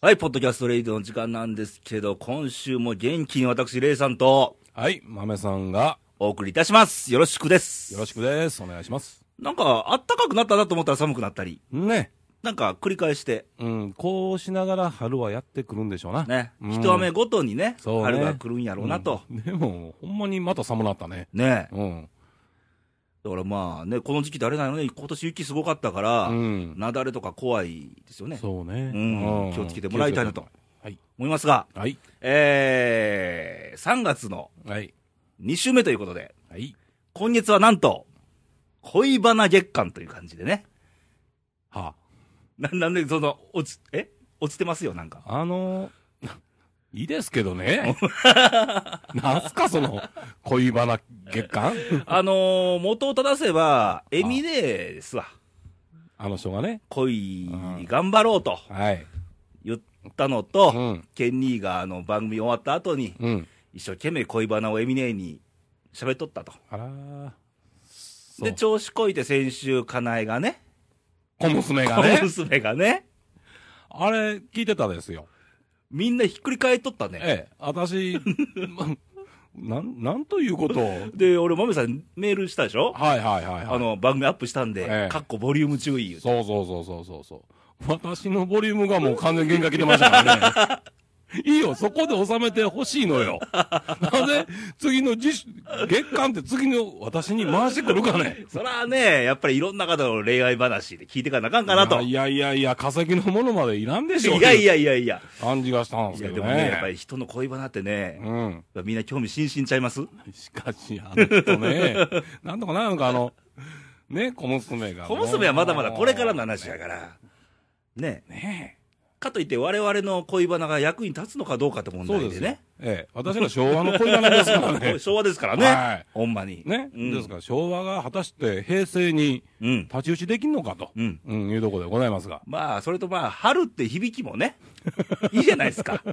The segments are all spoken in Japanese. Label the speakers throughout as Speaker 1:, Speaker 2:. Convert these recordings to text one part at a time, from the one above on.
Speaker 1: はい、ポッドキャストレイディオの時間なんですけど、今週も元気に私、レイさんと
Speaker 2: はい、豆さんが、
Speaker 1: お送りいたします。よろしくです。
Speaker 2: よろしくです。お願いします。
Speaker 1: なんか、あったかくなったなと思ったら寒くなったり、
Speaker 2: ね。
Speaker 1: なんか繰り返して、
Speaker 2: うん、こうしながら春はやってくるんでしょうな。
Speaker 1: ね、
Speaker 2: うん
Speaker 1: 一雨ごとにね、
Speaker 2: そうね
Speaker 1: 春が来るんやろうなと。
Speaker 2: うんでも、ほんまにまた寒なったね。
Speaker 1: ね
Speaker 2: うん。
Speaker 1: だからまあね、この時期誰なのね、今年雪すごかったから、
Speaker 2: うん。
Speaker 1: 雪崩とか怖いですよね、
Speaker 2: そうね、
Speaker 1: うん気をつけてもらいたいなと。思いますが、
Speaker 2: はい。
Speaker 1: えー、3月の
Speaker 2: はい。
Speaker 1: 2週目ということで、
Speaker 2: はい。
Speaker 1: 今月はなんと、恋バナ月間という感じでね。
Speaker 2: は
Speaker 1: な、 なんで、その、落ち、え落ちてますよ、なんか。
Speaker 2: あ、あのー いいですけど ね。なんすか、その、恋バナ月間
Speaker 1: あのー、元を正せば、エミネーですわ。
Speaker 2: あの人がね。
Speaker 1: 恋
Speaker 2: うん、
Speaker 1: 頑張ろうと
Speaker 2: はい。
Speaker 1: 言ったの
Speaker 2: う
Speaker 1: と、
Speaker 2: ん。
Speaker 1: ケンニーがあの番組終わった後に、
Speaker 2: うん。
Speaker 1: 一生懸命恋バナをエミネーに喋っとったと。
Speaker 2: あらー。そう
Speaker 1: で、調子こいて先週、かなえがね、
Speaker 2: 小娘がね
Speaker 1: 小。娘がね、
Speaker 2: あれ、聞いてたですよ。
Speaker 1: みんなひっくり返っとったね。
Speaker 2: ええ、私、 まなん、なんということを。はい
Speaker 1: で、俺、まめさんにメールしたでしょ
Speaker 2: はいはい、はい。
Speaker 1: あ、の、番組アップしたんで、
Speaker 2: ええ
Speaker 1: かっこボリューム注意言うて
Speaker 2: そうそうそうそうそうそう。私のボリュームがもう完全に限界来てましたからね。 いいよ、そこで収めてほしいのよ。 なぜ、次の次週、月間って次の私に回してくるかね。
Speaker 1: そらね、やっぱりいろんな方の恋愛話で聞いていかなあかんかなと。
Speaker 2: い
Speaker 1: い
Speaker 2: やいやいや、化石のものまでいらんでしょう。
Speaker 1: やいやいやいや。
Speaker 2: 感じがしたんで
Speaker 1: い
Speaker 2: す
Speaker 1: や、
Speaker 2: け
Speaker 1: で
Speaker 2: ど
Speaker 1: も
Speaker 2: ね。
Speaker 1: ね、やっぱり人の恋バナってね、
Speaker 2: うん。
Speaker 1: みんな興味津々ちゃいます
Speaker 2: しかし、あの人ね、 なんとかなるのか、あの、ね、小娘が。
Speaker 1: 小娘はまだまだこれからの話やから。ね。
Speaker 2: ね
Speaker 1: かといって我々の恋バナが役に立つのかどうかって問
Speaker 2: そう
Speaker 1: 題
Speaker 2: です
Speaker 1: で
Speaker 2: よ
Speaker 1: ね
Speaker 2: ね。。ええ、私ら昭和の恋なんで すから
Speaker 1: これ
Speaker 2: ね。
Speaker 1: 昭和ですからね。
Speaker 2: はい
Speaker 1: ほんまに。
Speaker 2: ね、
Speaker 1: うん
Speaker 2: ですから昭和が果たして平成に
Speaker 1: うん。
Speaker 2: 太刀打ちできんのかと、
Speaker 1: うん。
Speaker 2: うん、いうところでございますが。
Speaker 1: まあ、それとまあ、春って響きも ね、いいじゃないですか。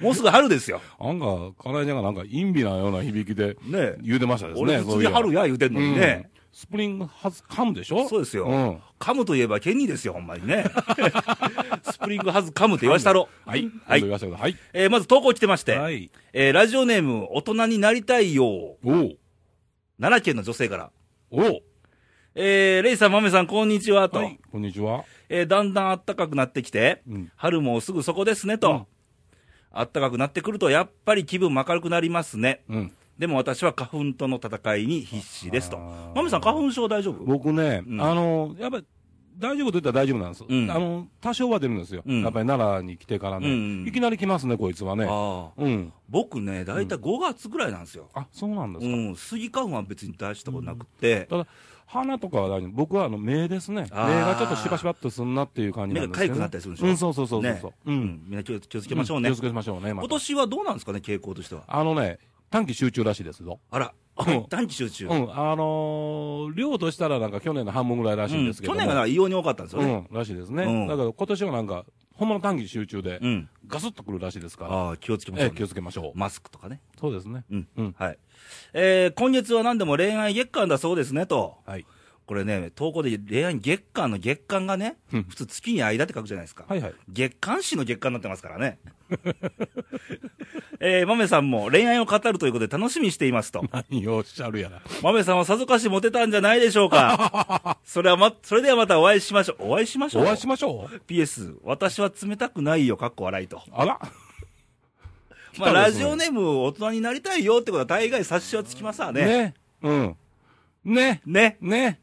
Speaker 1: もうすぐ春ですよ。
Speaker 2: なんか、金井ちゃんがなんか陰微なような響きで
Speaker 1: ねえ
Speaker 2: 言うてましたですね。
Speaker 1: 俺、
Speaker 2: そうい
Speaker 1: 次
Speaker 2: えば
Speaker 1: 春や言うてんのにね。
Speaker 2: うんスプリングハズカムでしょ
Speaker 1: そうですよ
Speaker 2: ん。
Speaker 1: 噛むといえばケニーですよ、ほんまにね。 スプリングハズ噛むと言わしたろ。
Speaker 2: はい。
Speaker 1: はい
Speaker 2: 言わせてください。
Speaker 1: えーまず投稿来てまして、
Speaker 2: はい。
Speaker 1: えーラジオネーム、大人になりたいよう、
Speaker 2: おう。
Speaker 1: 奈良県の女性から、
Speaker 2: おう。
Speaker 1: えーレイさん、マメさん、こんにちはと、
Speaker 2: はい。こんにちは。
Speaker 1: えーだんだん暖かくなってきて、
Speaker 2: うん。
Speaker 1: 春もすぐそこですねと、暖かくなってくると、やっぱり気分も明るくなりますね。
Speaker 2: うん。
Speaker 1: でも私は花粉との戦いに必死ですと。
Speaker 2: あー
Speaker 1: マメさん、花粉症大丈夫
Speaker 2: 僕ね、
Speaker 1: うん
Speaker 2: あの、やっぱり、大丈夫と言ったら大丈夫なんです。
Speaker 1: うん
Speaker 2: あの、多少は出るんですよ。
Speaker 1: うん
Speaker 2: やっぱり奈良に来てからね、
Speaker 1: うん
Speaker 2: いきなり来ますね、こいつはね。
Speaker 1: あー
Speaker 2: うん。
Speaker 1: 僕ね、大体5月ぐらいなんですよ。
Speaker 2: あ、そうなんです
Speaker 1: う
Speaker 2: か。
Speaker 1: ん、スギ花粉は別に大したことなくて、
Speaker 2: ただ、鼻とかは大丈夫。僕は、あの、目ですね。目
Speaker 1: あー
Speaker 2: がちょっとしばしばっとすんなっていう感じなんですけど、
Speaker 1: 目が痒く
Speaker 2: ね。
Speaker 1: なったりするんでしょ
Speaker 2: うん、そうそうそうそうそう、う。
Speaker 1: うんん、みんな気を気をつけましょうね。
Speaker 2: ん気をつけましょうね、また
Speaker 1: 今年はどうなんですかね、傾向としては。
Speaker 2: あのね、短期集中らしいですぞ。
Speaker 1: あら、
Speaker 2: うん
Speaker 1: 短期集中。
Speaker 2: うん、あのー量としたらなんか去年の半分ぐらいらしいんですけど
Speaker 1: 去
Speaker 2: も、
Speaker 1: 年がなんか異様に多かったんですよね。
Speaker 2: うん、らしいですね。
Speaker 1: うん
Speaker 2: だから今年はなんか、ほんまの短期集中で
Speaker 1: う、ん。
Speaker 2: ガスッとくるらしいですから。
Speaker 1: ああ、気をつけましょ
Speaker 2: ええ
Speaker 1: う、
Speaker 2: 気
Speaker 1: ね。
Speaker 2: をつけましょう。
Speaker 1: マスクとかね。
Speaker 2: そうですね。
Speaker 1: うん。
Speaker 2: うん。
Speaker 1: はい。えー、今月は何でも恋愛月間だそうですね、と。
Speaker 2: はい。
Speaker 1: これね、投稿で恋愛月間の月間がね、
Speaker 2: うん
Speaker 1: 普通月に間って書くじゃないですか。
Speaker 2: はいはい。
Speaker 1: 月刊誌の月刊になってますからね。 えー、豆さんも恋愛を語るということで楽しみにしていますと。
Speaker 2: 何をおっしゃるやら。
Speaker 1: 豆さんはさぞかしモテたんじゃないでしょうか。 それはま、それではまたお会いしましょう。お会いしましょ
Speaker 2: お
Speaker 1: う。
Speaker 2: 会いしましょう。
Speaker 1: PS、私は冷たくないよ、かっこ笑いと。
Speaker 2: あ
Speaker 1: ま
Speaker 2: ら
Speaker 1: あ、
Speaker 2: 来た
Speaker 1: ラ
Speaker 2: んです
Speaker 1: ジ
Speaker 2: ね
Speaker 1: オネーム大人になりたいよってことは大概察しはつきますわね。
Speaker 2: ね。うん。ね。
Speaker 1: ね。
Speaker 2: ね。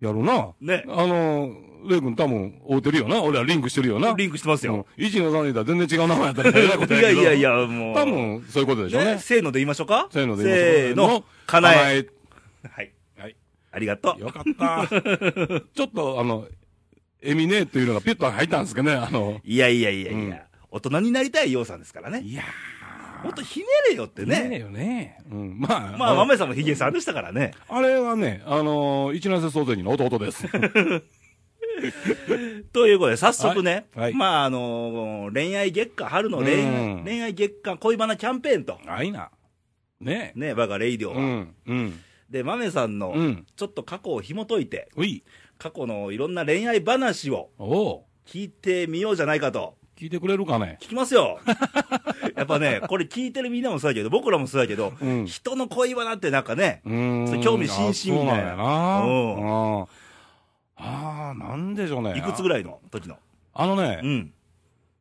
Speaker 2: やろな。
Speaker 1: ね。
Speaker 2: あのー、レイ君多分、会うてるよな。俺はリンクしてるよな。
Speaker 1: リンクしてます
Speaker 2: う
Speaker 1: よ
Speaker 2: ん。。一の三人だ全然違う名前やったらえらいこ と
Speaker 1: いや
Speaker 2: けど
Speaker 1: いやい。や、もう。
Speaker 2: 多分、そういうことでしょう
Speaker 1: ね。
Speaker 2: ね。
Speaker 1: せーので言いましょうか。
Speaker 2: せーので言いましょう
Speaker 1: せーの。かなえ。
Speaker 2: え。
Speaker 1: はい。
Speaker 2: はい。
Speaker 1: ありがとう。
Speaker 2: よか った。ちょっと、あの、エミネーっていうのがピュッと入ったんですけどね。あの、
Speaker 1: いやいやいやい
Speaker 2: うん
Speaker 1: や。大人になりたいようさんですからね。
Speaker 2: いや
Speaker 1: もっとひねれよって
Speaker 2: ー。ねえ
Speaker 1: ね。
Speaker 2: よね。うん。まあ、
Speaker 1: まあ、豆さんもヒゲさんでしたからね。
Speaker 2: あれはね、あのー一ノ瀬総勢の 弟です。
Speaker 1: ということで、早速ね
Speaker 2: はいは。い
Speaker 1: まあ、あのー、恋愛月間、春の恋
Speaker 2: う
Speaker 1: 愛
Speaker 2: ん
Speaker 1: 恋愛月間恋バナキャンペーンと。
Speaker 2: あいな。ね
Speaker 1: ね、我がレイディオ
Speaker 2: う
Speaker 1: は。
Speaker 2: ん。うん。
Speaker 1: で、豆さん
Speaker 2: う
Speaker 1: の、
Speaker 2: ん。
Speaker 1: ちょっと過去を紐解いて、
Speaker 2: おい。
Speaker 1: 過去のいろんな恋愛話を
Speaker 2: おう。
Speaker 1: 聞いてみようじゃないかと。
Speaker 2: 聞いてくれるかね
Speaker 1: 聞きます よ。やっぱね、これ聞いてるみんなもそうやけど、僕らもそうやけど、
Speaker 2: うん
Speaker 1: 人の恋バナってなんかね、
Speaker 2: うーん。
Speaker 1: 興味津々みたいな
Speaker 2: あそうなんだよな。
Speaker 1: う
Speaker 2: うん。ああ、なんでしょうね。
Speaker 1: いくつぐらいの時の。
Speaker 2: あのね
Speaker 1: う、ん。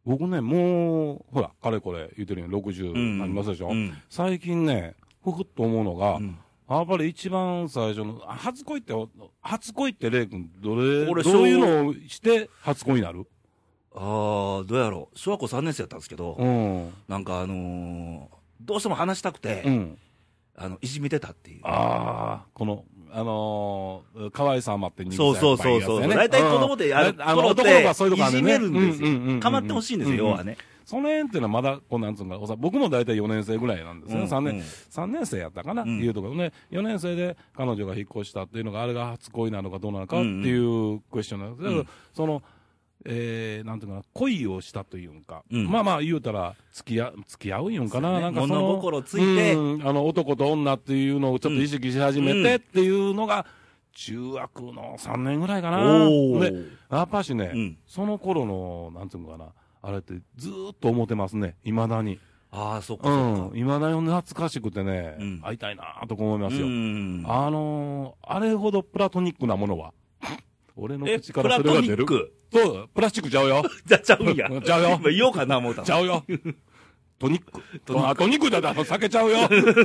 Speaker 2: 僕ね、もう、ほら、かれこれ言ってるように
Speaker 1: うん
Speaker 2: 60ありますでしょ、
Speaker 1: うん
Speaker 2: 最近ね、ふふっと思うのが、
Speaker 1: うん
Speaker 2: やっぱり一番最初の、あ初恋って、初恋って、レイ君、どれ、
Speaker 1: 俺
Speaker 2: どういうのをして初恋になる
Speaker 1: ああ、どうやろう。小学校3年生やったんですけど、
Speaker 2: うん。
Speaker 1: なんかあのーどうしても話したくて、
Speaker 2: うん。
Speaker 1: あの、いじめてたっていう。
Speaker 2: ああ、この、あのー、可愛さ余って人
Speaker 1: そうそうそうそう。大体子供で、あの、
Speaker 2: あの、
Speaker 1: 頃っ
Speaker 2: 男
Speaker 1: て
Speaker 2: の子はそういうとこあ
Speaker 1: い
Speaker 2: る
Speaker 1: じめ
Speaker 2: ね。
Speaker 1: るんです
Speaker 2: うううう
Speaker 1: よ。かまってほしいんですよ、
Speaker 2: う
Speaker 1: 要はね。
Speaker 2: その辺っていうのはまだ、こうなんつうんか、おさ僕も大体4年生ぐらいなんです
Speaker 1: う
Speaker 2: ね、
Speaker 1: ん
Speaker 2: 三3
Speaker 1: う
Speaker 2: 年
Speaker 1: ん、
Speaker 2: 三年生やったかな、
Speaker 1: うん
Speaker 2: いうところね、4年生で彼女が引っ越したっていうのが、あれが初恋なのかどうなのかっ
Speaker 1: う
Speaker 2: て
Speaker 1: んうん
Speaker 2: いうクエスチョンなんですけ
Speaker 1: う
Speaker 2: ど、
Speaker 1: ん
Speaker 2: その、えー、なんていうかな、恋をしたというんか、
Speaker 1: うん
Speaker 2: まあまあ言うたら、付き合付き合うんかな、
Speaker 1: そうね
Speaker 2: なんかその、
Speaker 1: 物心ついて
Speaker 2: うんあの、男と女っていうのをちょっと意識し始めてっていうのが、中学の3年ぐらいかな。
Speaker 1: おー
Speaker 2: でやっぱしね、
Speaker 1: うん
Speaker 2: その頃の、なんていうのかな、あれってずーっと思ってますね、いまだに。
Speaker 1: ああ、そっか
Speaker 2: う
Speaker 1: そっ
Speaker 2: ん
Speaker 1: か。、
Speaker 2: いまだに懐かしくてね、
Speaker 1: うん
Speaker 2: 会いたいなーとか思います
Speaker 1: う
Speaker 2: よ。
Speaker 1: ん
Speaker 2: あのー、あれほどプラトニックなものは、 俺の
Speaker 1: え、
Speaker 2: 口か
Speaker 1: プ
Speaker 2: ら
Speaker 1: ラ
Speaker 2: それが
Speaker 1: トニ
Speaker 2: 出
Speaker 1: ッ
Speaker 2: る。
Speaker 1: ク。
Speaker 2: そう、プラスチックちゃうよ。。
Speaker 1: じゃ、ちゃうんや
Speaker 2: ちゃうよ
Speaker 1: 今言おうかな思うたの
Speaker 2: ちゃ うよ。トニック。
Speaker 1: トニック
Speaker 2: あ、トニックだったの酒ちゃうよ。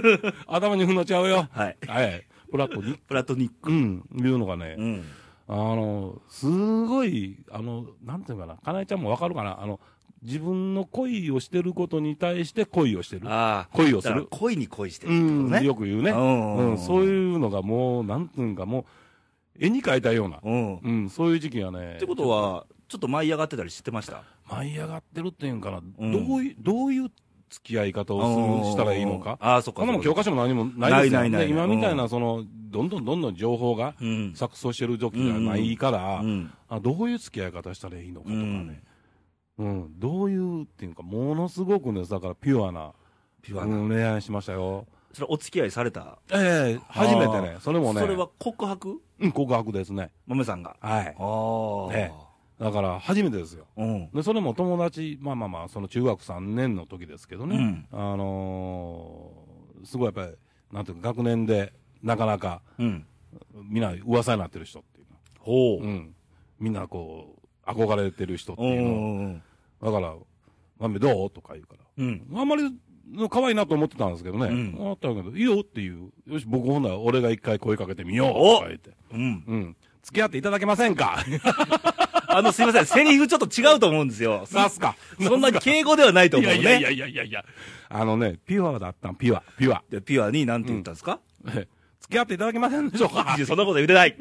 Speaker 2: 頭にふんのちゃうよ。
Speaker 1: はい。
Speaker 2: はい。プラトニック。
Speaker 1: プラトニック。
Speaker 2: うん、いうのがね、
Speaker 1: うん。
Speaker 2: あの、すごい、あの、なんていうのかな、かなえちゃんもわかるかな、あの、自分の恋をしてることに対して恋をしてる。
Speaker 1: ああ。
Speaker 2: 恋をす
Speaker 1: だから
Speaker 2: る。
Speaker 1: 恋に恋してる
Speaker 2: う
Speaker 1: ってこと
Speaker 2: ん、
Speaker 1: ね。
Speaker 2: よく言うね。
Speaker 1: うん
Speaker 2: うん、そういうのがもう、なんていうんか、もう、絵に描いたような、
Speaker 1: うん。っ
Speaker 2: うん、そういう時期がね。
Speaker 1: てことは、ちょっと舞い上がってたりしてました
Speaker 2: 舞い上がってるっていうんかな、
Speaker 1: うん
Speaker 2: どういう、どういう付き合い方
Speaker 1: う
Speaker 2: を
Speaker 1: ん
Speaker 2: するしたらいいのか。
Speaker 1: ああ、そっか。
Speaker 2: こんなもん
Speaker 1: そ
Speaker 2: 教
Speaker 1: っか
Speaker 2: 科書も何もないですよ
Speaker 1: ないないない
Speaker 2: で今みたいな、その、どんどんどんどん情報が
Speaker 1: うん。
Speaker 2: 錯綜してる時がないから、
Speaker 1: うん。
Speaker 2: あどういう付き合い方したらいいのかとか
Speaker 1: うん
Speaker 2: ね、うんどういうっていうか、ものすごくね、だからピュアな
Speaker 1: ピュアな。
Speaker 2: うん恋愛しましたよ。
Speaker 1: それお付き合いされた。
Speaker 2: ええ初めてね、それもね、
Speaker 1: それは告白
Speaker 2: うん、告白ですね。
Speaker 1: 豆さんが。
Speaker 2: はい。
Speaker 1: ああ。
Speaker 2: えだから、初めてですよ。
Speaker 1: うん。
Speaker 2: で、それも友達、まあまあまあ、その中学3年の時ですけどね、
Speaker 1: うん
Speaker 2: あのーすごいやっぱり、なんていうか、学年で、なかなか、
Speaker 1: うん。
Speaker 2: みんな噂になってる人っていうの
Speaker 1: ほ
Speaker 2: う。ん。みんなこう、憧れてる人って
Speaker 1: う
Speaker 2: いうのを
Speaker 1: ん。
Speaker 2: だから、豆どうとか言うか
Speaker 1: うん。
Speaker 2: ら。あんまり、可愛いなと思ってたんですけどね。
Speaker 1: うん
Speaker 2: 思ったけど、いいよっていう。よし、僕ほんなら俺が一回声かけてみようとか言って。
Speaker 1: うん。
Speaker 2: うん。付き合っていただけませ んか
Speaker 1: あの、すいません。セリフちょっと違うと思うんですよ。
Speaker 2: さすが。
Speaker 1: そんな敬語ではないと
Speaker 2: い
Speaker 1: 思う
Speaker 2: や
Speaker 1: ね。
Speaker 2: いやいやいやいやいや。あのね、ピュアだったん、ピュア、ピュア。
Speaker 1: でピュアに何て言ったんですか、
Speaker 2: え付き合っていただけませんでしょうか
Speaker 1: いやそんなこと言ってない。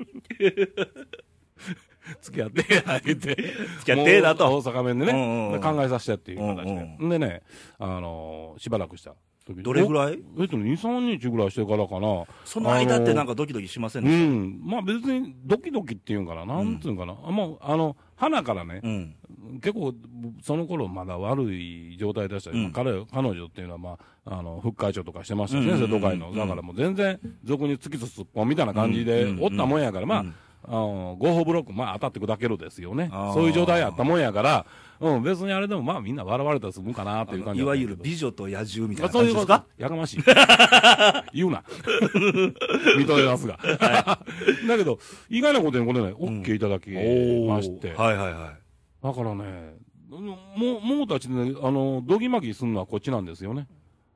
Speaker 2: 付 き合って、あげて。
Speaker 1: き合ってえなと
Speaker 2: もう大阪弁で
Speaker 1: うんうんう
Speaker 2: ね、
Speaker 1: ん
Speaker 2: 考えさせてっていう形
Speaker 1: うん
Speaker 2: で。でね、あのー、しばらくした時。
Speaker 1: どれぐらい
Speaker 2: おえっと、2、3日ぐらいしてからかな。
Speaker 1: その間ってなん
Speaker 2: か
Speaker 1: かドキドキしません
Speaker 2: う
Speaker 1: でし
Speaker 2: ん、まあ別にドキドキっていうんかな、なんつうんかな、あもうあの花からね
Speaker 1: た、うん。
Speaker 2: 結構、その頃まだ悪い状態でしたよ、
Speaker 1: うん
Speaker 2: 彼彼女っていうのは、まあ、あの副会長とかしてましたし
Speaker 1: う
Speaker 2: ね、
Speaker 1: んうんう
Speaker 2: 瀬
Speaker 1: ん
Speaker 2: 戸会の、だからもう全然、俗に突き進むみたいな感じ
Speaker 1: うん
Speaker 2: で
Speaker 1: うんうん
Speaker 2: おったもんやから、まあ
Speaker 1: うん、
Speaker 2: あの合法ブロック、まあ、当たって砕けるですよね
Speaker 1: あー、
Speaker 2: そういう状態やったもんやから、うん、別にあれでも、まあ、みんな笑われたら済むかなっていう感じ
Speaker 1: い
Speaker 2: だった
Speaker 1: わ
Speaker 2: んや
Speaker 1: ゆ
Speaker 2: けど
Speaker 1: る美女と野獣みたい
Speaker 2: あ
Speaker 1: な
Speaker 2: そう
Speaker 1: 感
Speaker 2: い
Speaker 1: じで
Speaker 2: うこ
Speaker 1: す
Speaker 2: と
Speaker 1: か
Speaker 2: やかましい。 言う な。認めますが。だけど、意外なことにこれね、
Speaker 1: ん
Speaker 2: OK いただき
Speaker 1: ー
Speaker 2: まして。だか
Speaker 1: はいはいはい。
Speaker 2: らね、もう、もうたちね、あの、どぎまぎすんのはこっちなんですよね。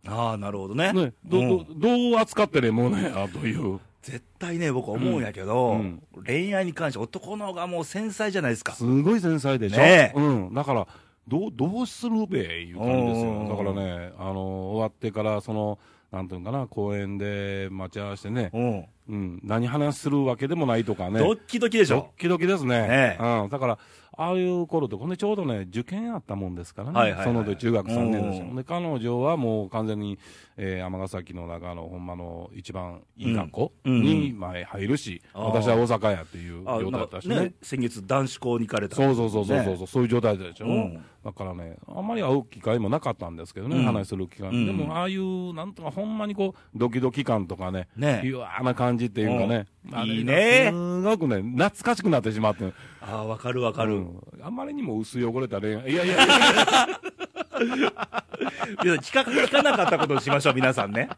Speaker 1: ああ、なるほどね。
Speaker 2: ね、
Speaker 1: う
Speaker 2: ど、ど
Speaker 1: ん、
Speaker 2: どう扱ってね、もうね、あという。
Speaker 1: 絶対ね、僕思うんやけど、
Speaker 2: うん
Speaker 1: 恋愛に関して男の方がもう繊細じゃないですか。
Speaker 2: すごい繊細でしょ、
Speaker 1: ねえ
Speaker 2: うん。だから、どう、どうするべいう感じで
Speaker 1: お
Speaker 2: すよ。
Speaker 1: ー
Speaker 2: だからね、あの、終わってから、その、なんていうのかな、公園で待ち合わせてね、
Speaker 1: うん。
Speaker 2: うん、何話するわけでもないとかね。
Speaker 1: ドッキドキでし
Speaker 2: ドッ
Speaker 1: ょ。
Speaker 2: キドキです
Speaker 1: ね
Speaker 2: ね。
Speaker 1: え
Speaker 2: うん。だから、ああいう頃とかね、ちょうどね、受験あったもんですからね。
Speaker 1: はいはいはい
Speaker 2: その時中学3年です
Speaker 1: う
Speaker 2: よ。
Speaker 1: ん
Speaker 2: で、彼女はもう完全に、えー、尼崎の中のほんまの一番いい学校
Speaker 1: うん
Speaker 2: に、まあ、入るし、
Speaker 1: あー
Speaker 2: 私は大阪やっていう
Speaker 1: あ
Speaker 2: 状態
Speaker 1: な
Speaker 2: だ
Speaker 1: ん
Speaker 2: った
Speaker 1: か
Speaker 2: しね。
Speaker 1: ね、先月男子校に行かれた。
Speaker 2: そうそうそうそうそう、
Speaker 1: ね
Speaker 2: そうそういう状態でしょ、
Speaker 1: うん
Speaker 2: だからね、あんまり会う機会もなかったんですけどね、
Speaker 1: うん
Speaker 2: 話する機会も、
Speaker 1: うん
Speaker 2: でもああいう、なんとかほんまにこう、ドキドキ感とかね、
Speaker 1: ね
Speaker 2: ピュアな感じっていうかね、あれ
Speaker 1: いいね
Speaker 2: がすごくね、懐かしくなってしまって。
Speaker 1: ああ、わかるわか
Speaker 2: う
Speaker 1: る。
Speaker 2: んあまりにも薄汚れた恋愛。いやいやいや、
Speaker 1: いや聞か、聞かなかったことにしましょう、皆さんね。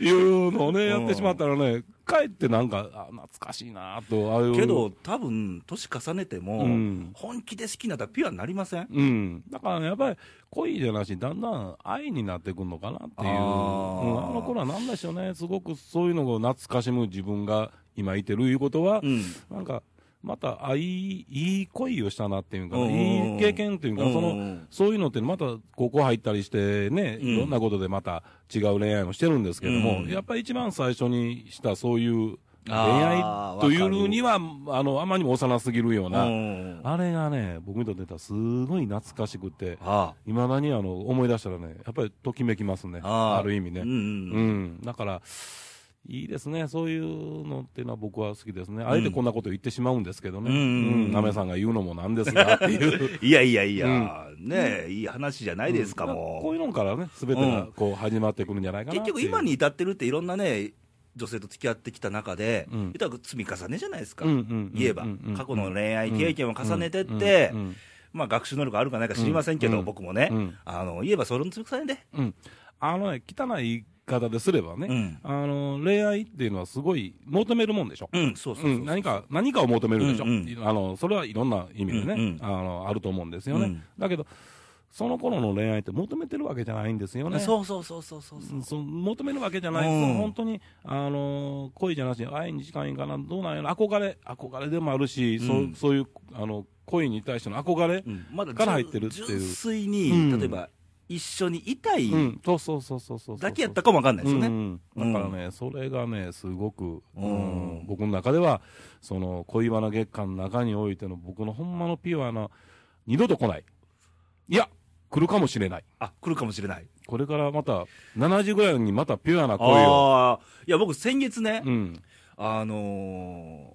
Speaker 2: いうのを
Speaker 1: う
Speaker 2: ね、
Speaker 1: ん
Speaker 2: やってしまったらね、かえってなんか、あ懐かしいなと、ああいう。
Speaker 1: けど、多分、年重ねても、
Speaker 2: うん
Speaker 1: 本気で好きになったらピュアになりません
Speaker 2: うん、だからね、やっぱり恋じゃなし、だんだん愛になってくるのかなっていう、うん
Speaker 1: あー
Speaker 2: あの頃はなんでしょうね、すごくそういうのを懐かしむ自分が今いてるいうことは、
Speaker 1: うん。
Speaker 2: なんか、またあいいいい恋をしたなっていうか、
Speaker 1: うんうんうん
Speaker 2: いい経験っていうか、
Speaker 1: うんうん
Speaker 2: そ
Speaker 1: うん
Speaker 2: のそういうのって、また高校入ったりしてね、
Speaker 1: うん
Speaker 2: いろんなことでまた違う恋愛をしてるんですけども、
Speaker 1: うん
Speaker 2: やっぱり一番最初にしたそういう恋
Speaker 1: あー
Speaker 2: 愛というには、あのあまりにも幼すぎるような。
Speaker 1: うん
Speaker 2: あれがね、僕にとってたらすごい懐かしくて、
Speaker 1: あ
Speaker 2: いまだにあの思い出したらね、やっぱりときめきますね、
Speaker 1: あ
Speaker 2: ある意味
Speaker 1: あ。
Speaker 2: ね、
Speaker 1: う
Speaker 2: うんん
Speaker 1: うん
Speaker 2: だから、いいですね、そういうのっていうのは僕は好きですね、あえてこんなこと言ってしまうんですけどね、
Speaker 1: うんうんうん
Speaker 2: なめさんが言うのもなんですがっていう。
Speaker 1: いやいやいや、ねえ、いい話じ ゃないですか、
Speaker 2: うんこう
Speaker 1: も。
Speaker 2: いうのからね、すべてがこう始まってくるんじゃないうかな
Speaker 1: 結
Speaker 2: っていう
Speaker 1: 局、今に、至ってるって、いろんなね、女性と付き合ってきた中で、
Speaker 2: うん
Speaker 1: 言ったら積み重ねじゃないですか、
Speaker 2: うんうんうんうん
Speaker 1: 言えば、過去の恋愛経験を重ねてって、
Speaker 2: うんうんうん
Speaker 1: まあ、学習能力あるかないか知りませんけど、
Speaker 2: うん
Speaker 1: 僕もね、
Speaker 2: うん
Speaker 1: あの言えばそれの積み重ねで、
Speaker 2: うん、あのね、汚い言い方ですればね、
Speaker 1: うん
Speaker 2: あの恋愛っていうのはすごい求めるもんでしょ。
Speaker 1: うん、そうそうそうう、
Speaker 2: ん、何か何かを求めるでしょ、
Speaker 1: うんうん
Speaker 2: あのそれはいろんな意味でね、
Speaker 1: うんうん
Speaker 2: あのあると思うんですよね、
Speaker 1: うん
Speaker 2: だけど、その頃の恋愛って求めてるわけじゃないんですよね、
Speaker 1: そうそうそうそうそう
Speaker 2: うんその求めるわけじゃない、
Speaker 1: うん
Speaker 2: その本当に、あの恋じゃなしに愛に近いんかな、どうなんやろ、憧れ、憧れでもあるし、
Speaker 1: うん
Speaker 2: そうそういうあの恋に対しての憧れ、
Speaker 1: うんまだ
Speaker 2: から入ってるっていう
Speaker 1: 純粋に、
Speaker 2: うん
Speaker 1: 例えば一緒にいたい
Speaker 2: うんそうそうそうそうそうそう
Speaker 1: だけやったかもわかんないですよね。
Speaker 2: うんうんだからね、それがね、すごく、
Speaker 1: うん
Speaker 2: うん僕の中では、その恋バナ月間の中においての僕のほんまのピュアな、二度と来ない。いや、来るかもしれない。
Speaker 1: あ来るかもしれない。
Speaker 2: これからまた、7時ぐらいにまたピュアな恋を。
Speaker 1: ああ、いや、僕、先月ね、
Speaker 2: うん。
Speaker 1: あのー、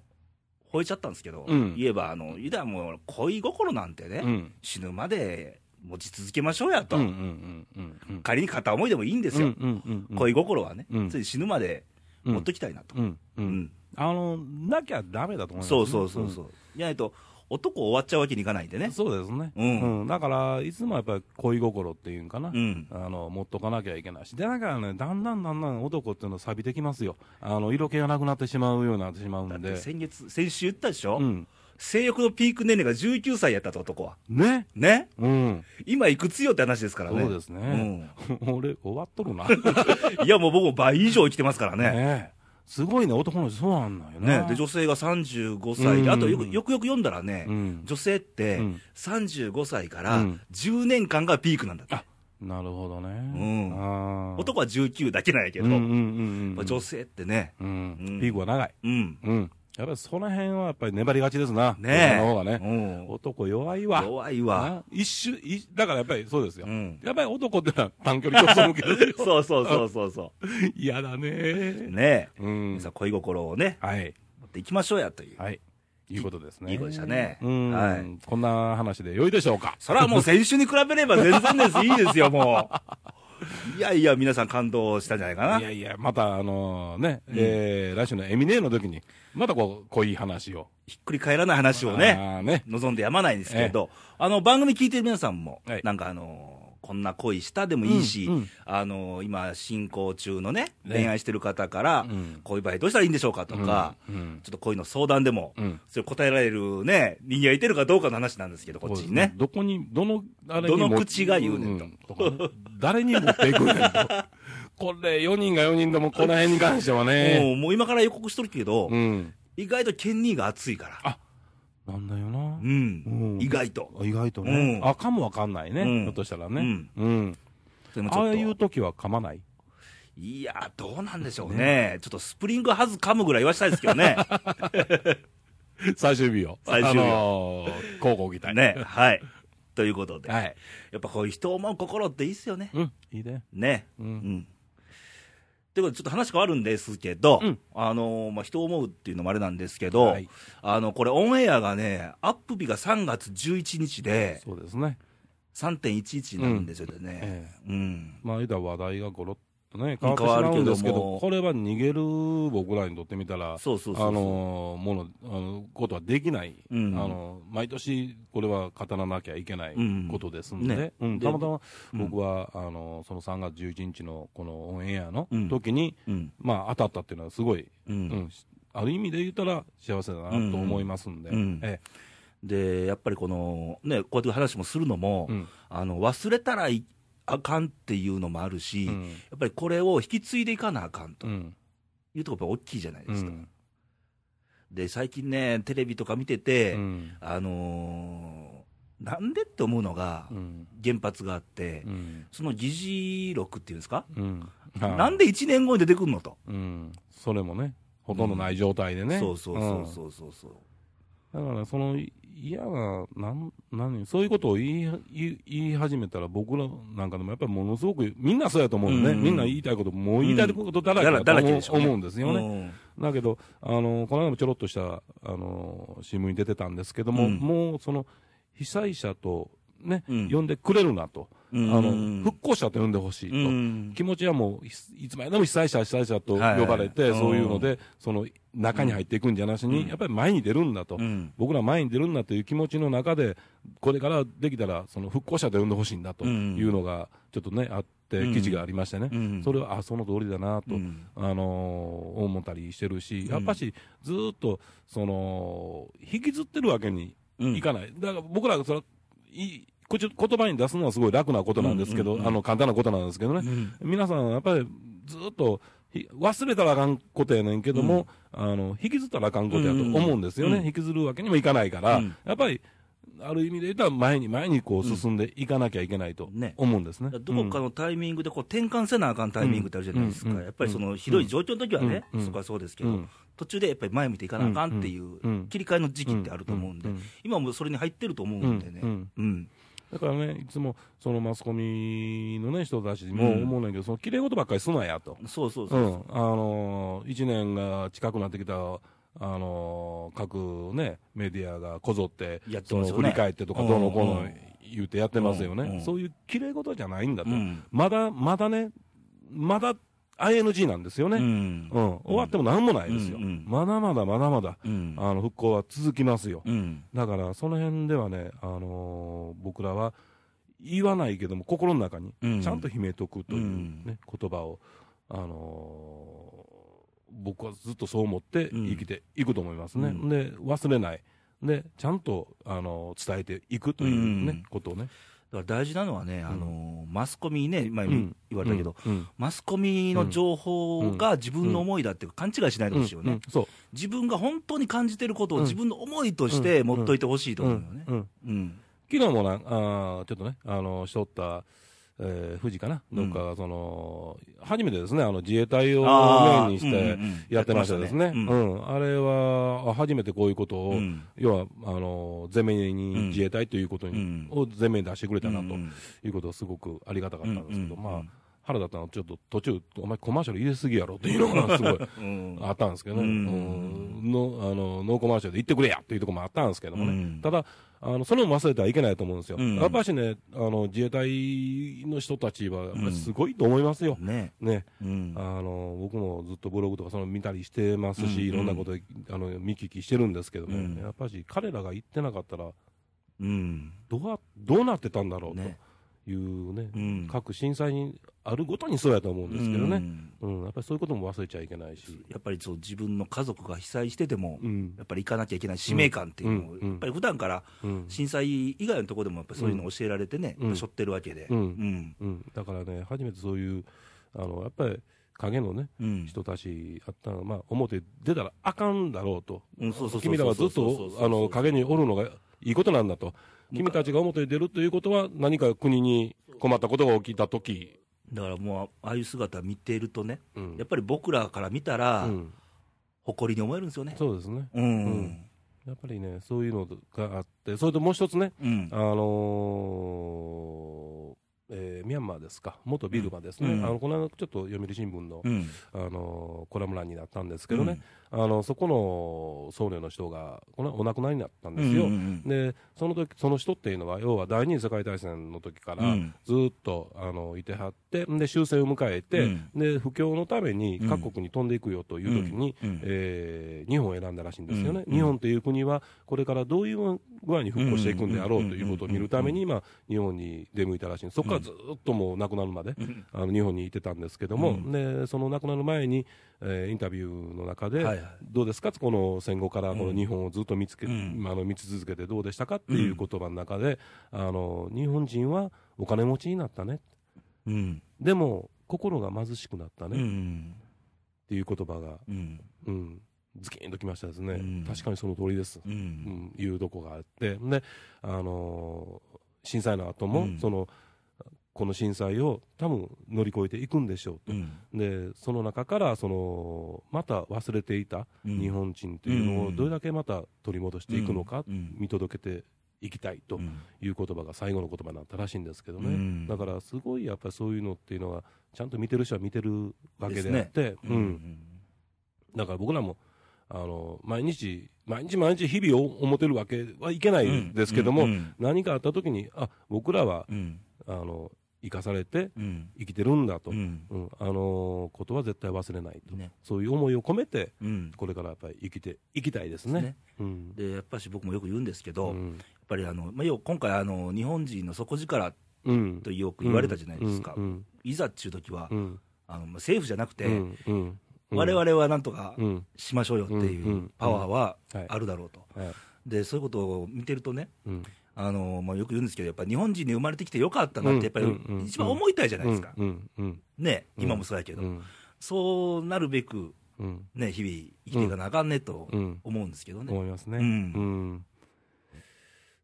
Speaker 1: 吠えちゃったんですけど、
Speaker 2: うん
Speaker 1: 言えば、あの、ユダはもう恋心なんてね、
Speaker 2: うん。
Speaker 1: 死ぬまで持ち続けましょうやと、
Speaker 2: うんうんうんうんうん。
Speaker 1: 仮に片思いでもいいんです
Speaker 2: うん
Speaker 1: よ、
Speaker 2: うんうんうん。
Speaker 1: 恋心はね、
Speaker 2: うん
Speaker 1: つい死ぬまで持っときたいなと。
Speaker 2: うんう。
Speaker 1: うんん
Speaker 2: あの、なきゃダメだと思いますね。
Speaker 1: そうそうそう
Speaker 2: うん
Speaker 1: そう。いやないと、男終わっちゃうわけにいかないんでね。
Speaker 2: そうですね。
Speaker 1: うん
Speaker 2: うん。だから、いつもやっぱり恋心っていうんかな
Speaker 1: う。ん。
Speaker 2: あの持っとかなきゃいけないし、でだからね、だんだんだんだん男っていうのは錆びてきますよ、あの色気がなくなってしまうようになってしまう
Speaker 1: だっ
Speaker 2: ん
Speaker 1: て
Speaker 2: で、
Speaker 1: 先月、先週言ったでしょ、
Speaker 2: うん、
Speaker 1: 性欲のピーク年齢が19歳やったと男は。
Speaker 2: ね、
Speaker 1: ね
Speaker 2: うん、
Speaker 1: 今いくつよって話ですからね。
Speaker 2: そうですね、 俺、終わっとるな、ね
Speaker 1: うんいや、もう僕も倍以上生きてますからね。
Speaker 2: えすごいね、男の人、そうなんだよ
Speaker 1: ね
Speaker 2: ね、
Speaker 1: で、女性が35歳
Speaker 2: う
Speaker 1: で、
Speaker 2: ん
Speaker 1: あとよくよくよく読んだらね、
Speaker 2: うん、
Speaker 1: 女性って
Speaker 2: うん
Speaker 1: 35歳から
Speaker 2: うん
Speaker 1: 10年間がピークなんだって。
Speaker 2: なるほどね、
Speaker 1: ん
Speaker 2: あー
Speaker 1: 男は19だけなんやけど、
Speaker 2: うんう
Speaker 1: や
Speaker 2: んうん
Speaker 1: っ
Speaker 2: う
Speaker 1: ぱ
Speaker 2: ん、
Speaker 1: 女性ってね、
Speaker 2: う
Speaker 1: うんん、
Speaker 2: ピークは長い、
Speaker 1: うん。
Speaker 2: うん、やっぱりその辺はやっぱり粘りがちですな、
Speaker 1: ねえ。
Speaker 2: 女の方がね、
Speaker 1: うん
Speaker 2: 男弱いわ、
Speaker 1: 弱いわ。
Speaker 2: な一瞬い、だからやっぱりそうですよ。
Speaker 1: うん。
Speaker 2: やばい男ってのは短距離競争向けですよ。
Speaker 1: そうそうそうそうそ
Speaker 2: 嫌だ
Speaker 1: う。
Speaker 2: ね。
Speaker 1: ねえ。
Speaker 2: うん
Speaker 1: 皆さん恋心をね、
Speaker 2: はい。
Speaker 1: 持っていきましょうやという。
Speaker 2: はい。いうことですね。
Speaker 1: いいことでしたね
Speaker 2: うん。
Speaker 1: はい
Speaker 2: こんな話で良いでしょうか。
Speaker 1: それはもう先週に比べれば全然です。いいですよ、もう。 いやいや、皆さん感動したんじゃないか
Speaker 2: い
Speaker 1: な。
Speaker 2: やいや、またあのね、えー来週のエミネーの時に、またこう、濃い話を。
Speaker 1: ひっくり返らない話をね、
Speaker 2: あーね。
Speaker 1: 望んでやまないんですけど、あの、番組聞いてる皆さんも
Speaker 2: はい、
Speaker 1: なんかあのー、こんな恋したでもいいし
Speaker 2: うんうん、
Speaker 1: あのー、今進行中のね、
Speaker 2: ね
Speaker 1: 恋愛してる方から
Speaker 2: うん、
Speaker 1: 恋バイどうしたらいいんでしょうかとか、
Speaker 2: うん。
Speaker 1: ちょっと恋の相談でも
Speaker 2: うん、
Speaker 1: それ答えられるね、人間がいてるかどうかの話なんですけど、こっちにね。
Speaker 2: どこに、どの、あれに
Speaker 1: ど
Speaker 2: も
Speaker 1: の口が言うねんと
Speaker 2: んとかね誰に持っていくねん と。これ、4人が4人とも、この辺に関しては ね。
Speaker 1: もうもう今から予告しとるけど
Speaker 2: う、ん。
Speaker 1: 意外とケンニーが熱いから。
Speaker 2: なんだよな
Speaker 1: う。ん
Speaker 2: う。ん
Speaker 1: 意外と。
Speaker 2: 意外とね、
Speaker 1: うん
Speaker 2: あかもわかんないね、
Speaker 1: うん
Speaker 2: ひょっとしたらね、うん
Speaker 1: でもち
Speaker 2: あ
Speaker 1: ょっ
Speaker 2: あ
Speaker 1: と
Speaker 2: いう時は噛まない、
Speaker 1: いや、どうなんでしょうねちょっとスプリングハズ噛むぐらい はしたいですけどね。
Speaker 2: 最終日を、
Speaker 1: 最終日を
Speaker 2: あのー、交互期待、
Speaker 1: ね、はい。ということで、
Speaker 2: はい、
Speaker 1: やっぱこういう人を思う心っていいっすよね。
Speaker 2: うん、いいね、
Speaker 1: ね。
Speaker 2: う、
Speaker 1: うんん。ということで、ちょっと話変わるんですけど、
Speaker 2: うん
Speaker 1: あのーまあ、人を思うっていうのもあれなんですけど、
Speaker 2: はい
Speaker 1: あの、これオンエアがね、アップ日が3月11日で、
Speaker 2: そうですね、
Speaker 1: 3.11なんですよね。
Speaker 2: ええ
Speaker 1: うん。
Speaker 2: まあ、言うたら話題がゴロッね、変わってしまうんですけど、これは逃げる僕らにとってみたら、
Speaker 1: そうそうそうそう
Speaker 2: あのーもの、あのことはできない、
Speaker 1: うん
Speaker 2: あの毎年これは語らなきゃいけない
Speaker 1: うん
Speaker 2: ことですんで、
Speaker 1: ね
Speaker 2: うん
Speaker 1: で
Speaker 2: たまたま僕は、あのその3月11日のこのオンエアの
Speaker 1: うん
Speaker 2: 時に、
Speaker 1: うん。
Speaker 2: まあ当たったっていうのはすごい、
Speaker 1: う
Speaker 2: うん
Speaker 1: ん。
Speaker 2: ある意味で言ったら幸せだなと思いますんで、
Speaker 1: うんうん
Speaker 2: え
Speaker 1: で、やっぱりこの、ね、こうやって話もするのも、
Speaker 2: うん
Speaker 1: あの、忘れたらいあかんっていうのもあるし、
Speaker 2: えう
Speaker 1: や
Speaker 2: ん
Speaker 1: っぱりこれを引き継いでいかなあかんと
Speaker 2: うん
Speaker 1: いうところが大きいじゃないで
Speaker 2: う
Speaker 1: すか。
Speaker 2: ん
Speaker 1: で、最近ね、テレビとか見てて、
Speaker 2: うん
Speaker 1: あのーなんでって思うのが、
Speaker 2: うん
Speaker 1: 原発があって、
Speaker 2: うん
Speaker 1: その議事録っていうんですか、
Speaker 2: うん
Speaker 1: なんで1年後に出てくるのと、
Speaker 2: うん、それもね、ほとんどない状態でね、
Speaker 1: そうそうそううそうそう、
Speaker 2: んだから、そのい嫌ななん何、そういうことを言い言い言い始めたら、僕らなんかでもやっぱりものすごく、みんなそうやと思うのね、
Speaker 1: うん
Speaker 2: みんな言いたいこと、もう言いたいことだらけだと
Speaker 1: だらだら
Speaker 2: 思
Speaker 1: け
Speaker 2: う,、
Speaker 1: でしょうね
Speaker 2: んですよね。だけど、あのこの間もちょろっとしたあの新聞に出てたんですけども、
Speaker 1: うん
Speaker 2: もうその被災者と、ね
Speaker 1: うん
Speaker 2: 呼んでくれるなと、
Speaker 1: うん、
Speaker 2: あ
Speaker 1: うん
Speaker 2: の、復興者と呼んでほしいと。
Speaker 1: うん
Speaker 2: 気持ちはもういつ、いつまでも被災者、被災者と呼
Speaker 1: はい
Speaker 2: ばれて、
Speaker 1: うん
Speaker 2: そういうので、その中に入っていくんじゃなし
Speaker 1: う
Speaker 2: に、
Speaker 1: ん
Speaker 2: やっぱり前に出るんだと、
Speaker 1: うん
Speaker 2: 僕ら前に出るんだという気持ちの中で、これからできたら、その復興者と呼んでほしいんだと
Speaker 1: うん
Speaker 2: いうのが、ちょっとね、あって
Speaker 1: う、ん
Speaker 2: 記事がありましてね、
Speaker 1: うん
Speaker 2: それは、あ、その通りだなと。
Speaker 1: うん
Speaker 2: あのー思ったりしてるし、やっぱし、ずーっと、その、引きずってるわけに
Speaker 1: うん
Speaker 2: いかない。だから僕らがそのいこち言葉に出すのはすごい楽なことなんですけど、
Speaker 1: うんうんうん
Speaker 2: あの簡単なことなんですけどね、皆さん、やっぱりずっとひ忘れたらあかんことやねんけども、あの引きずったらあかんことやと思うんですよね、
Speaker 1: うん
Speaker 2: 引きずるわけにもいかないから、
Speaker 1: うん
Speaker 2: やっぱりある意味で言ったら、前に前にこう進んでいかなきゃいけないと
Speaker 1: ね
Speaker 2: 思うんですね。
Speaker 1: どこかのタイミングでこう転換せなあかんタイミングってあるじゃないですか、
Speaker 2: うんうん
Speaker 1: やっぱりそのひどい状況の時はね、
Speaker 2: うん
Speaker 1: そこはそうですけど、
Speaker 2: うん
Speaker 1: 途中でやっぱり前向いていかなあかんってい
Speaker 2: うんう
Speaker 1: うん切り替えの時期ってあると思うんで、
Speaker 2: うんうん
Speaker 1: 今もうそれに入ってると思うんでね、
Speaker 2: うんうん
Speaker 1: うん
Speaker 2: だからね、いつもそのマスコミの、ね、人たちも思うねんけど、その綺麗事ばっかりすなやと、
Speaker 1: そうそう
Speaker 2: う
Speaker 1: そう、
Speaker 2: ん、あのー、1年が近くなってきた、あのー、各ね、メディアがこぞって、
Speaker 1: やって
Speaker 2: そ
Speaker 1: ま
Speaker 2: の
Speaker 1: すよね
Speaker 2: 振り返ってとか、どうのこう
Speaker 1: う
Speaker 2: の
Speaker 1: ん
Speaker 2: 言ってやってますよね。
Speaker 1: うんうん
Speaker 2: そういう綺麗事じゃないんだと。
Speaker 1: うん
Speaker 2: まだ、まだね、まだ ING なんですよね。
Speaker 1: う
Speaker 2: うん
Speaker 1: ん
Speaker 2: 終わっても何もないですよ、
Speaker 1: うんうん
Speaker 2: まだまだまだまだ、
Speaker 1: うん
Speaker 2: あの復興は続きますよ、
Speaker 1: うん
Speaker 2: だからその辺ではね、あのー僕らは言わないけども、心の中に
Speaker 1: うん
Speaker 2: ちゃんと秘めとくという、ね
Speaker 1: うん
Speaker 2: 言葉を、あのー僕はずっとそう思って
Speaker 1: うん
Speaker 2: 生きていくと思いますね、
Speaker 1: うん
Speaker 2: で忘れない、でちゃんと、あのー伝えていくという、ね
Speaker 1: うん
Speaker 2: ことをね、
Speaker 1: だから大事なのはね、あのマスコミにね、今
Speaker 2: うん
Speaker 1: 言われたけど、
Speaker 2: うん
Speaker 1: マスコミの情報が自分の思いだって勘違いしないでほしいよね、
Speaker 2: うんそう
Speaker 1: 自分が本当に感じてることを
Speaker 2: うん
Speaker 1: 自分の思いとして持っといてほしいと思うよね。
Speaker 2: うんうん
Speaker 1: うん
Speaker 2: 昨日もなあーちょっとね、あのしとった、えー、富士かな、どっか、その初めてですね、あの自衛隊をメイ
Speaker 1: あー
Speaker 2: ンにし
Speaker 1: うんうんうん
Speaker 2: てやってましたですね、
Speaker 1: や
Speaker 2: う
Speaker 1: ってま
Speaker 2: ん
Speaker 1: したね
Speaker 2: あれはあ初めてこういうことを、
Speaker 1: うん
Speaker 2: 要はあの前面
Speaker 1: うん
Speaker 2: に自衛隊ということに、
Speaker 1: うん
Speaker 2: を前面に出してくれたな
Speaker 1: うん
Speaker 2: と
Speaker 1: うん
Speaker 2: いうことは、すごくありがたかったんですけど、
Speaker 1: うんうん
Speaker 2: まあ、腹立ったのは、ちょっと途中、お前、コマーシャル入れすぎやろっていうのがすごい。
Speaker 1: うん
Speaker 2: あったんですけどね、
Speaker 1: う
Speaker 2: うんんのあのノーコマーシャルで行ってくれやっていうところもあったんですけどもね、
Speaker 1: うん
Speaker 2: ただあの、それも忘れてはいけないと思うんですよ、
Speaker 1: うん
Speaker 2: やっぱしねあの、自衛隊の人たちは、やっぱりすごいと思いますよ、
Speaker 1: ね
Speaker 2: ね
Speaker 1: うん
Speaker 2: あの僕もずっとブログとかその見たりしてますし、
Speaker 1: うん
Speaker 2: いろんなことあの見聞きしてるんですけどね、
Speaker 1: うん
Speaker 2: やっぱし彼らが行ってなかったら
Speaker 1: うん
Speaker 2: どうは、どうなってたんだろう
Speaker 1: ね
Speaker 2: というね、
Speaker 1: うん
Speaker 2: 各震災にあるごとにそうやと思うんですけど
Speaker 1: う
Speaker 2: ね、
Speaker 1: ん
Speaker 2: うんやっぱりそういうことも忘れちゃいけないし。
Speaker 1: やっぱりそう自分の家族が被災してても、
Speaker 2: うん
Speaker 1: やっぱり行かなきゃいけない使命感っていうのを、
Speaker 2: うんうん
Speaker 1: やっぱり普段から
Speaker 2: うん
Speaker 1: 震災以外のところでもやっぱそういうのを教えられてね、
Speaker 2: う
Speaker 1: やっ
Speaker 2: ん
Speaker 1: ぱ背負ってるわけで、
Speaker 2: うん
Speaker 1: うん
Speaker 2: うん、だからね、初めてそういう、あのやっぱり影のね、
Speaker 1: うん
Speaker 2: 人たちあったの、まあ、表出たらあかんだろうと、
Speaker 1: うんそうそうそうそう
Speaker 2: 君らはずっとあの影におるのがいいことなんだと、君たちが表に出るということは、何か国に困ったことが起きたとき、
Speaker 1: だからもう、ああいう姿見ているとね、
Speaker 2: うん
Speaker 1: やっぱり僕らから見たら、
Speaker 2: うん
Speaker 1: 誇りに思えるんですよね。
Speaker 2: そうですね、
Speaker 1: うん
Speaker 2: やっぱりね、そういうのがあって、それともう一つね、
Speaker 1: うん
Speaker 2: あのーえーミャンマーですか、元ビルマですね、
Speaker 1: うん
Speaker 2: あのこの間、ちょっと読売新聞の
Speaker 1: うん
Speaker 2: あのコラム欄になったんですけどね、あのそこの僧侶の人がこのお亡くなりになったんですよ、
Speaker 1: うんうんうん
Speaker 2: でその時その人っていうのは、要は第二次世界大戦の時から
Speaker 1: うん
Speaker 2: ずっとあのいてはっって、んで終戦を迎えて、
Speaker 1: うん
Speaker 2: で不況のために各国に飛んでいくよという時に、
Speaker 1: うんうん
Speaker 2: えー日本を選んだらしいんですよね、
Speaker 1: うん
Speaker 2: 日本という国はこれからどういう具合に復興していくんであろうということを見るために、今、日本に出向いたらしいんです、そこからずっともう亡くなるまで、あの日本にいてたんですけども、
Speaker 1: うん
Speaker 2: でその亡くなる前に、えーインタビューの中で、
Speaker 1: はいはい
Speaker 2: どうですか、この戦後からこの日本をずっと見つけ、
Speaker 1: うん
Speaker 2: あの見続けてどうでしたかっていう言葉の中で、あの日本人はお金持ちになったね、
Speaker 1: うん。
Speaker 2: でも心が貧しくなった
Speaker 1: う
Speaker 2: ねっ
Speaker 1: ん。
Speaker 2: ていう言葉が、
Speaker 1: うん。
Speaker 2: うん、ズキーンときましたですね、
Speaker 1: うん
Speaker 2: 確かにその通りです。
Speaker 1: う。
Speaker 2: うんん、いうとこがあって、で、あのー震災の後も、
Speaker 1: うん
Speaker 2: その、この震災を多分乗り越えていくんでしょうと。
Speaker 1: うん。
Speaker 2: で、その中から、その、また忘れていた
Speaker 1: うん
Speaker 2: 日本人というの
Speaker 1: う
Speaker 2: を
Speaker 1: ん
Speaker 2: どれだけまた取り戻していくのか、
Speaker 1: うん
Speaker 2: 見届けていきたいと
Speaker 1: うん
Speaker 2: いう言葉が最後の言葉になったらしいんですけどね。
Speaker 1: うん
Speaker 2: だから、すごいやっぱりそういうのっていうのは、ちゃんと見てる人は見てるわけであって、
Speaker 1: う
Speaker 2: うん
Speaker 1: ん。
Speaker 2: だから僕らも、あの、毎日、毎日毎日日々を思ってるわけはいけないですけども、
Speaker 1: うんうん
Speaker 2: 何かあった時に、あ、僕らは、
Speaker 1: うん。
Speaker 2: あの、生かされて
Speaker 1: うん。
Speaker 2: 生きてるんだと、
Speaker 1: う
Speaker 2: うん、
Speaker 1: ん。
Speaker 2: あのことは絶対忘れないと、
Speaker 1: ね。
Speaker 2: そういう思いを込めて、
Speaker 1: うん。
Speaker 2: これからやっぱり生きていきたいです
Speaker 1: ね
Speaker 2: ね。うん。
Speaker 1: で、やっぱし僕もよく言うんですけど、や
Speaker 2: う
Speaker 1: っ
Speaker 2: ん。
Speaker 1: ぱりあの、まあ、要は今回あの、日本人の底力
Speaker 2: うん
Speaker 1: とよく言われたじゃないですか。
Speaker 2: うん。
Speaker 1: いざっちゅう時は、
Speaker 2: うん。
Speaker 1: あのまあ政府じゃなくて、
Speaker 2: うん。うん。うん
Speaker 1: 我、々はなんとか
Speaker 2: うん。
Speaker 1: しましょうよってい
Speaker 2: んう
Speaker 1: うんパワーは
Speaker 2: はい
Speaker 1: あるだろうと、
Speaker 2: はい。
Speaker 1: でそういうことを見てるとね、
Speaker 2: うん。
Speaker 1: あのまあ、よく言うんですけど、やっぱ日本人に生まれてきてよかったなって、やっぱ
Speaker 2: う
Speaker 1: り
Speaker 2: んうんうん
Speaker 1: 一番思いたいじゃないですか、
Speaker 2: うん。うん。
Speaker 1: ね、今もそうやけ
Speaker 2: う
Speaker 1: ど、
Speaker 2: ん。
Speaker 1: そうなるべく、
Speaker 2: うん。
Speaker 1: ね、日々生きていかなあかんねと
Speaker 2: うん。
Speaker 1: 思うんですけどね、
Speaker 2: 思いますね。
Speaker 1: う
Speaker 2: うんん。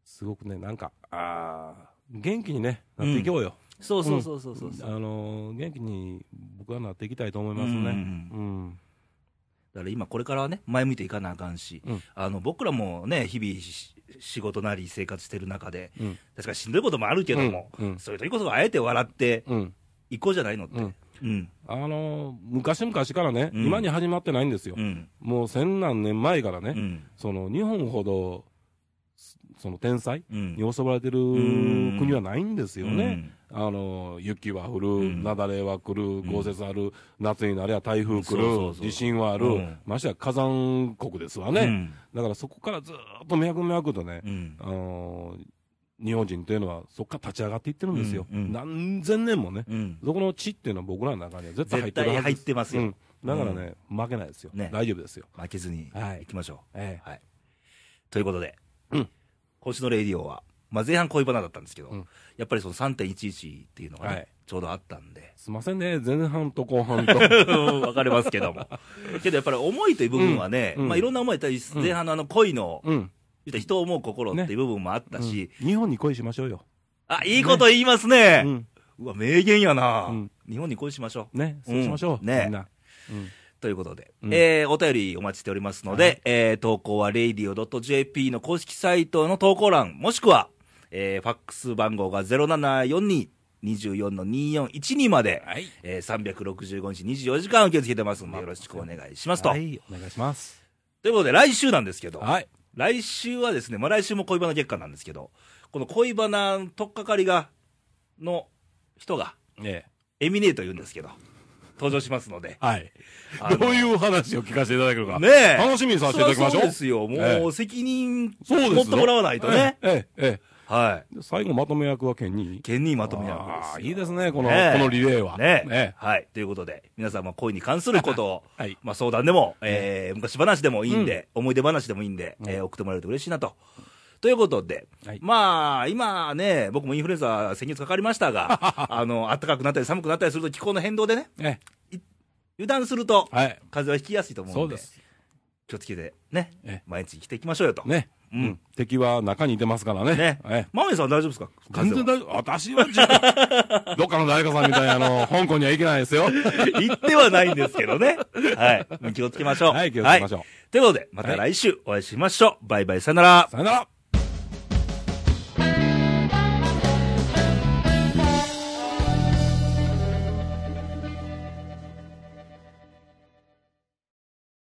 Speaker 2: すごくね、なんか、ああ、元気にね、なっていこうよ。
Speaker 1: そうそうそうそうそう、だ
Speaker 2: あのー元気に僕はなっていきたいと思います
Speaker 1: う
Speaker 2: ね。
Speaker 1: ん
Speaker 2: うん。
Speaker 1: から今、これからはね、前向いていかなあかんし、
Speaker 2: うん
Speaker 1: あの僕らもね、日々し仕事なり生活してる中で、
Speaker 2: うん。
Speaker 1: 確かにしんどいこともあるけども、
Speaker 2: うんうん
Speaker 1: そういう時こそあえて笑って
Speaker 2: うん。
Speaker 1: いこうじゃないのって。
Speaker 2: うん
Speaker 1: うん
Speaker 2: あのー昔々からね、
Speaker 1: うん
Speaker 2: 今に始まってないんですよ。
Speaker 1: うん
Speaker 2: もう千何年前からね、
Speaker 1: うん
Speaker 2: その日本ほど、そその天才
Speaker 1: うん
Speaker 2: に襲われてる
Speaker 1: ん
Speaker 2: 国はないんですよね。あのー雪は降る、
Speaker 1: うん
Speaker 2: 雪崩は来る、豪雪ある、夏になりゃ台風来
Speaker 1: そうそう
Speaker 2: る、
Speaker 1: そう
Speaker 2: 地震はあ
Speaker 1: う
Speaker 2: る
Speaker 1: ん、
Speaker 2: ましてや火山国ですわ
Speaker 1: う
Speaker 2: ね。
Speaker 1: ん
Speaker 2: だからそこからずーっと脈々とね、
Speaker 1: うん
Speaker 2: あのー日本人というのはそこから立ち上がっていってるんですよ、
Speaker 1: うんうん
Speaker 2: 何千年もね、
Speaker 1: うん
Speaker 2: そこの地っていうのは僕らの中には絶対入
Speaker 1: 絶
Speaker 2: ってる
Speaker 1: 対
Speaker 2: はず
Speaker 1: 入
Speaker 2: で
Speaker 1: っ
Speaker 2: す、
Speaker 1: てますよ、
Speaker 2: うん、だからね、負けないですよ、
Speaker 1: ね
Speaker 2: 大丈夫ですよ、
Speaker 1: 負けずに
Speaker 2: はい
Speaker 1: いきましょう、
Speaker 2: え
Speaker 1: はいということで、
Speaker 2: うん
Speaker 1: 今週のレイディオは、まあ、前半恋バナだったんですけど、
Speaker 2: うん
Speaker 1: やっぱりその3.11っていうのがね、
Speaker 2: はい
Speaker 1: ちょうどあったんで
Speaker 2: すいませんね、前半と後 半と、
Speaker 1: 分かれますけどもけどやっぱり思いという部分はね、
Speaker 2: うんうん
Speaker 1: まあ、いろんな思い対し前半のあの恋の、
Speaker 2: うん
Speaker 1: 言ったら人を思う心っていう部分もあったし、
Speaker 2: 日本に恋しましょうよ、
Speaker 1: あいいこと言いますね
Speaker 2: うん
Speaker 1: うわ名言やな、
Speaker 2: うん
Speaker 1: 日本に恋しましょう
Speaker 2: ね、そうしましょう、
Speaker 1: うんね
Speaker 2: みんな、
Speaker 1: ということで、
Speaker 2: うん
Speaker 1: えーお便りお待ちしておりますので、
Speaker 2: はい
Speaker 1: えー投稿は radio.jp の公式サイトの投稿欄、もしくは、えーファックス番号が074224の2412まで、
Speaker 2: はい
Speaker 1: えー365日24時間受け付けてますので、よろしくお願いしますと。
Speaker 2: はい、お願いします。
Speaker 1: ということで、来週なんですけど、
Speaker 2: はい
Speaker 1: 来週はですね、まあ、来週も恋バナ月間なんですけど、この恋バナの取っかかりが、の人が、
Speaker 2: ええ。
Speaker 1: エミネーと言うんですけど、登場しますので
Speaker 2: はい
Speaker 1: あの
Speaker 2: どういうお話を聞かせていただけるか、
Speaker 1: ねえ
Speaker 2: 楽しみにさせていただきましょ
Speaker 1: そりゃそう
Speaker 2: う。
Speaker 1: ですよ。もう、
Speaker 2: ええ
Speaker 1: 責任、
Speaker 2: そうですよ
Speaker 1: 持ってもらわないとね。
Speaker 2: えええええ
Speaker 1: は
Speaker 2: えで最後まとめ役は県に
Speaker 1: い。県にまとめや
Speaker 2: ああ
Speaker 1: るん
Speaker 2: いい
Speaker 1: ですよ。
Speaker 2: ですね、この、
Speaker 1: ねえ
Speaker 2: このリレーは。
Speaker 1: ね
Speaker 2: え
Speaker 1: はい。ということで、皆さんも恋に関すること を、
Speaker 2: はい
Speaker 1: まあ相談でも、えー昔話でもいいんで、思い出話でもいいんで、えー送ってもらえると嬉しいなと。ということで、
Speaker 2: はい
Speaker 1: まあ、今ね、僕もインフルエンザ先月かかりました が、あの、暖かくなったり寒くなったりすると気候の変動でね、
Speaker 2: ええ
Speaker 1: 油断すると、
Speaker 2: えはい。
Speaker 1: 風邪はひきやすいと思う
Speaker 2: そ
Speaker 1: ん
Speaker 2: う
Speaker 1: で、
Speaker 2: です。
Speaker 1: 気をつけてね
Speaker 2: ええ、
Speaker 1: 毎日生きていきましょうよと。
Speaker 2: ね。
Speaker 1: う
Speaker 2: うんん。敵は中にいてますからね。
Speaker 1: ね
Speaker 2: ええ。
Speaker 1: マメさん大丈夫ですか風
Speaker 2: 全然
Speaker 1: 邪は
Speaker 2: 大丈夫。私は自分、 どっかの誰かさんみたいな、あの、香港には行けないですよ。
Speaker 1: 言ってはないんですけどね。はい。気をつけましょう。
Speaker 2: はい気をつけましょう
Speaker 1: はいということで、また来週お会いしましょう。バイバイ、さよなら。
Speaker 2: さよなら